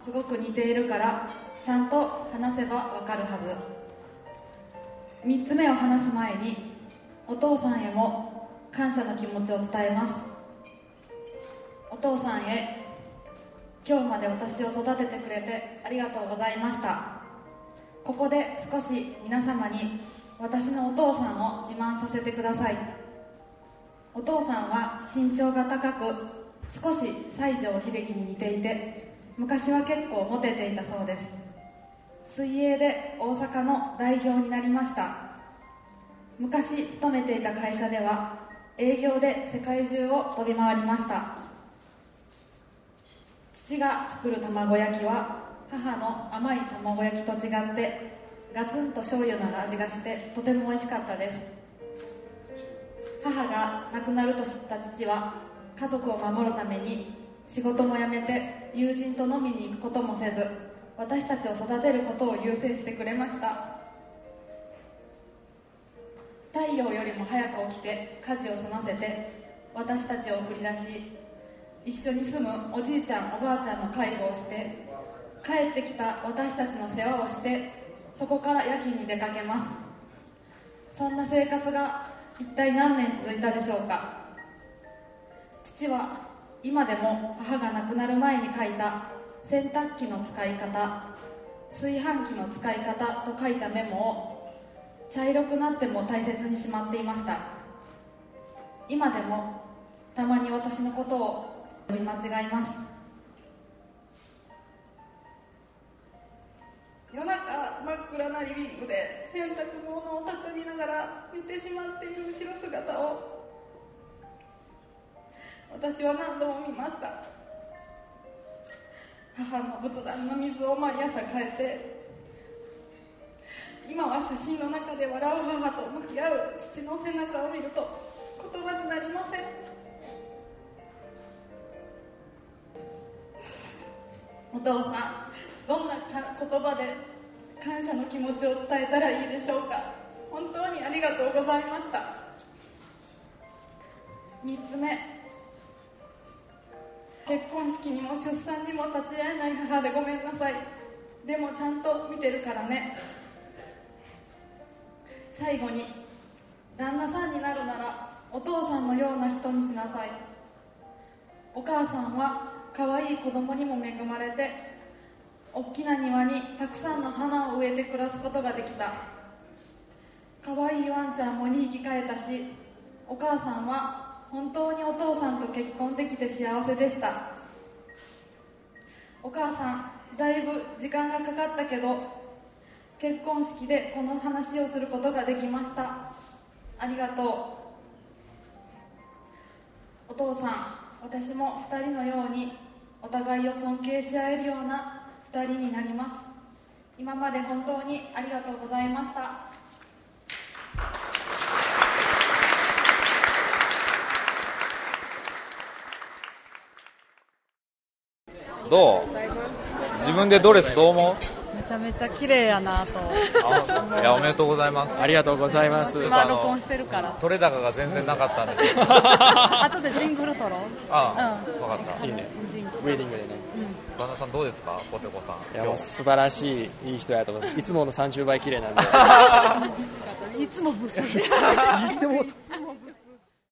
Speaker 2: すごく似ているからちゃんと話せばわかるはず3つ目を話す前にお父さんへも感謝の気持ちを伝えますお父さんへ今日まで私を育ててくれてありがとうございましたここで少し皆様に私のお父さんを自慢させてくださいお父さんは身長が高く少し西城秀樹に似ていて昔は結構モテていたそうです水泳で大阪の代表になりました昔勤めていた会社では営業で世界中を飛び回りました父が作る卵焼きは母の甘い卵焼きと違ってガツンと醤油の味がしてとても美味しかったです母が亡くなると知った父は家族を守るために仕事も辞めて友人と飲みに行くこともせず私たちを育てることを優先してくれました太陽よりも早く起きて家事を済ませて私たちを送り出し一緒に住むおじいちゃんおばあちゃんの介護をして帰ってきた私たちの世話をしてそこから夜勤に出かけますそんな生活が一体何年続いたでしょうか父は今でも母が亡くなる前に書いた洗濯機の使い方炊飯器の使い方と書いたメモを茶色くなっても大切にしまっていました今でもたまに私のことを読み間違います夜中真っ暗なリビングで洗濯物を畳みながら寝てしまっている後ろ姿を私は何度も見ました母の仏壇の水を毎朝変えて今は写真の中で笑う母と向き合う父の背中を見ると言葉になりませんお父さんどんなか言葉で感謝の気持ちを伝えたらいいでしょうか本当にありがとうございました3つ目結婚式にも出産にも立ち会えない母でごめんなさいでもちゃんと見てるからね最後に旦那さんになるならお父さんのような人にしなさいお母さんは可愛い子供にも恵まれて大きな庭にたくさんの花を植えて暮らすことができた可愛いワンちゃんも2匹飼えたしお母さんは本当にお父さんと結婚できて幸せでしたお母さんだいぶ時間がかかったけど結婚式でこの話をすることができましたありがとうお父さん私も2人のようにお互いを尊敬し合えるような2人になります今まで本当にありがとうございました
Speaker 4: どう自分でドレスどう思う
Speaker 5: めちゃめちゃ綺麗やなと
Speaker 4: あいやおめでとうございます
Speaker 6: ありがとうございます。
Speaker 5: 今録音してる *laughs* から
Speaker 4: 取れ高が全然なかったんで
Speaker 5: *laughs* 後でジングル撮ろう
Speaker 4: ああ、
Speaker 5: うん
Speaker 4: 分かった
Speaker 6: いいね
Speaker 5: ジングル
Speaker 6: ウェディングでね。
Speaker 4: 旦那さんどうですかポテコさ
Speaker 6: い
Speaker 4: ん
Speaker 6: や
Speaker 4: 今
Speaker 6: もう
Speaker 4: 日
Speaker 6: 素晴らしいいい人やと思って。いつもの30倍綺麗なんで。
Speaker 5: いつもブス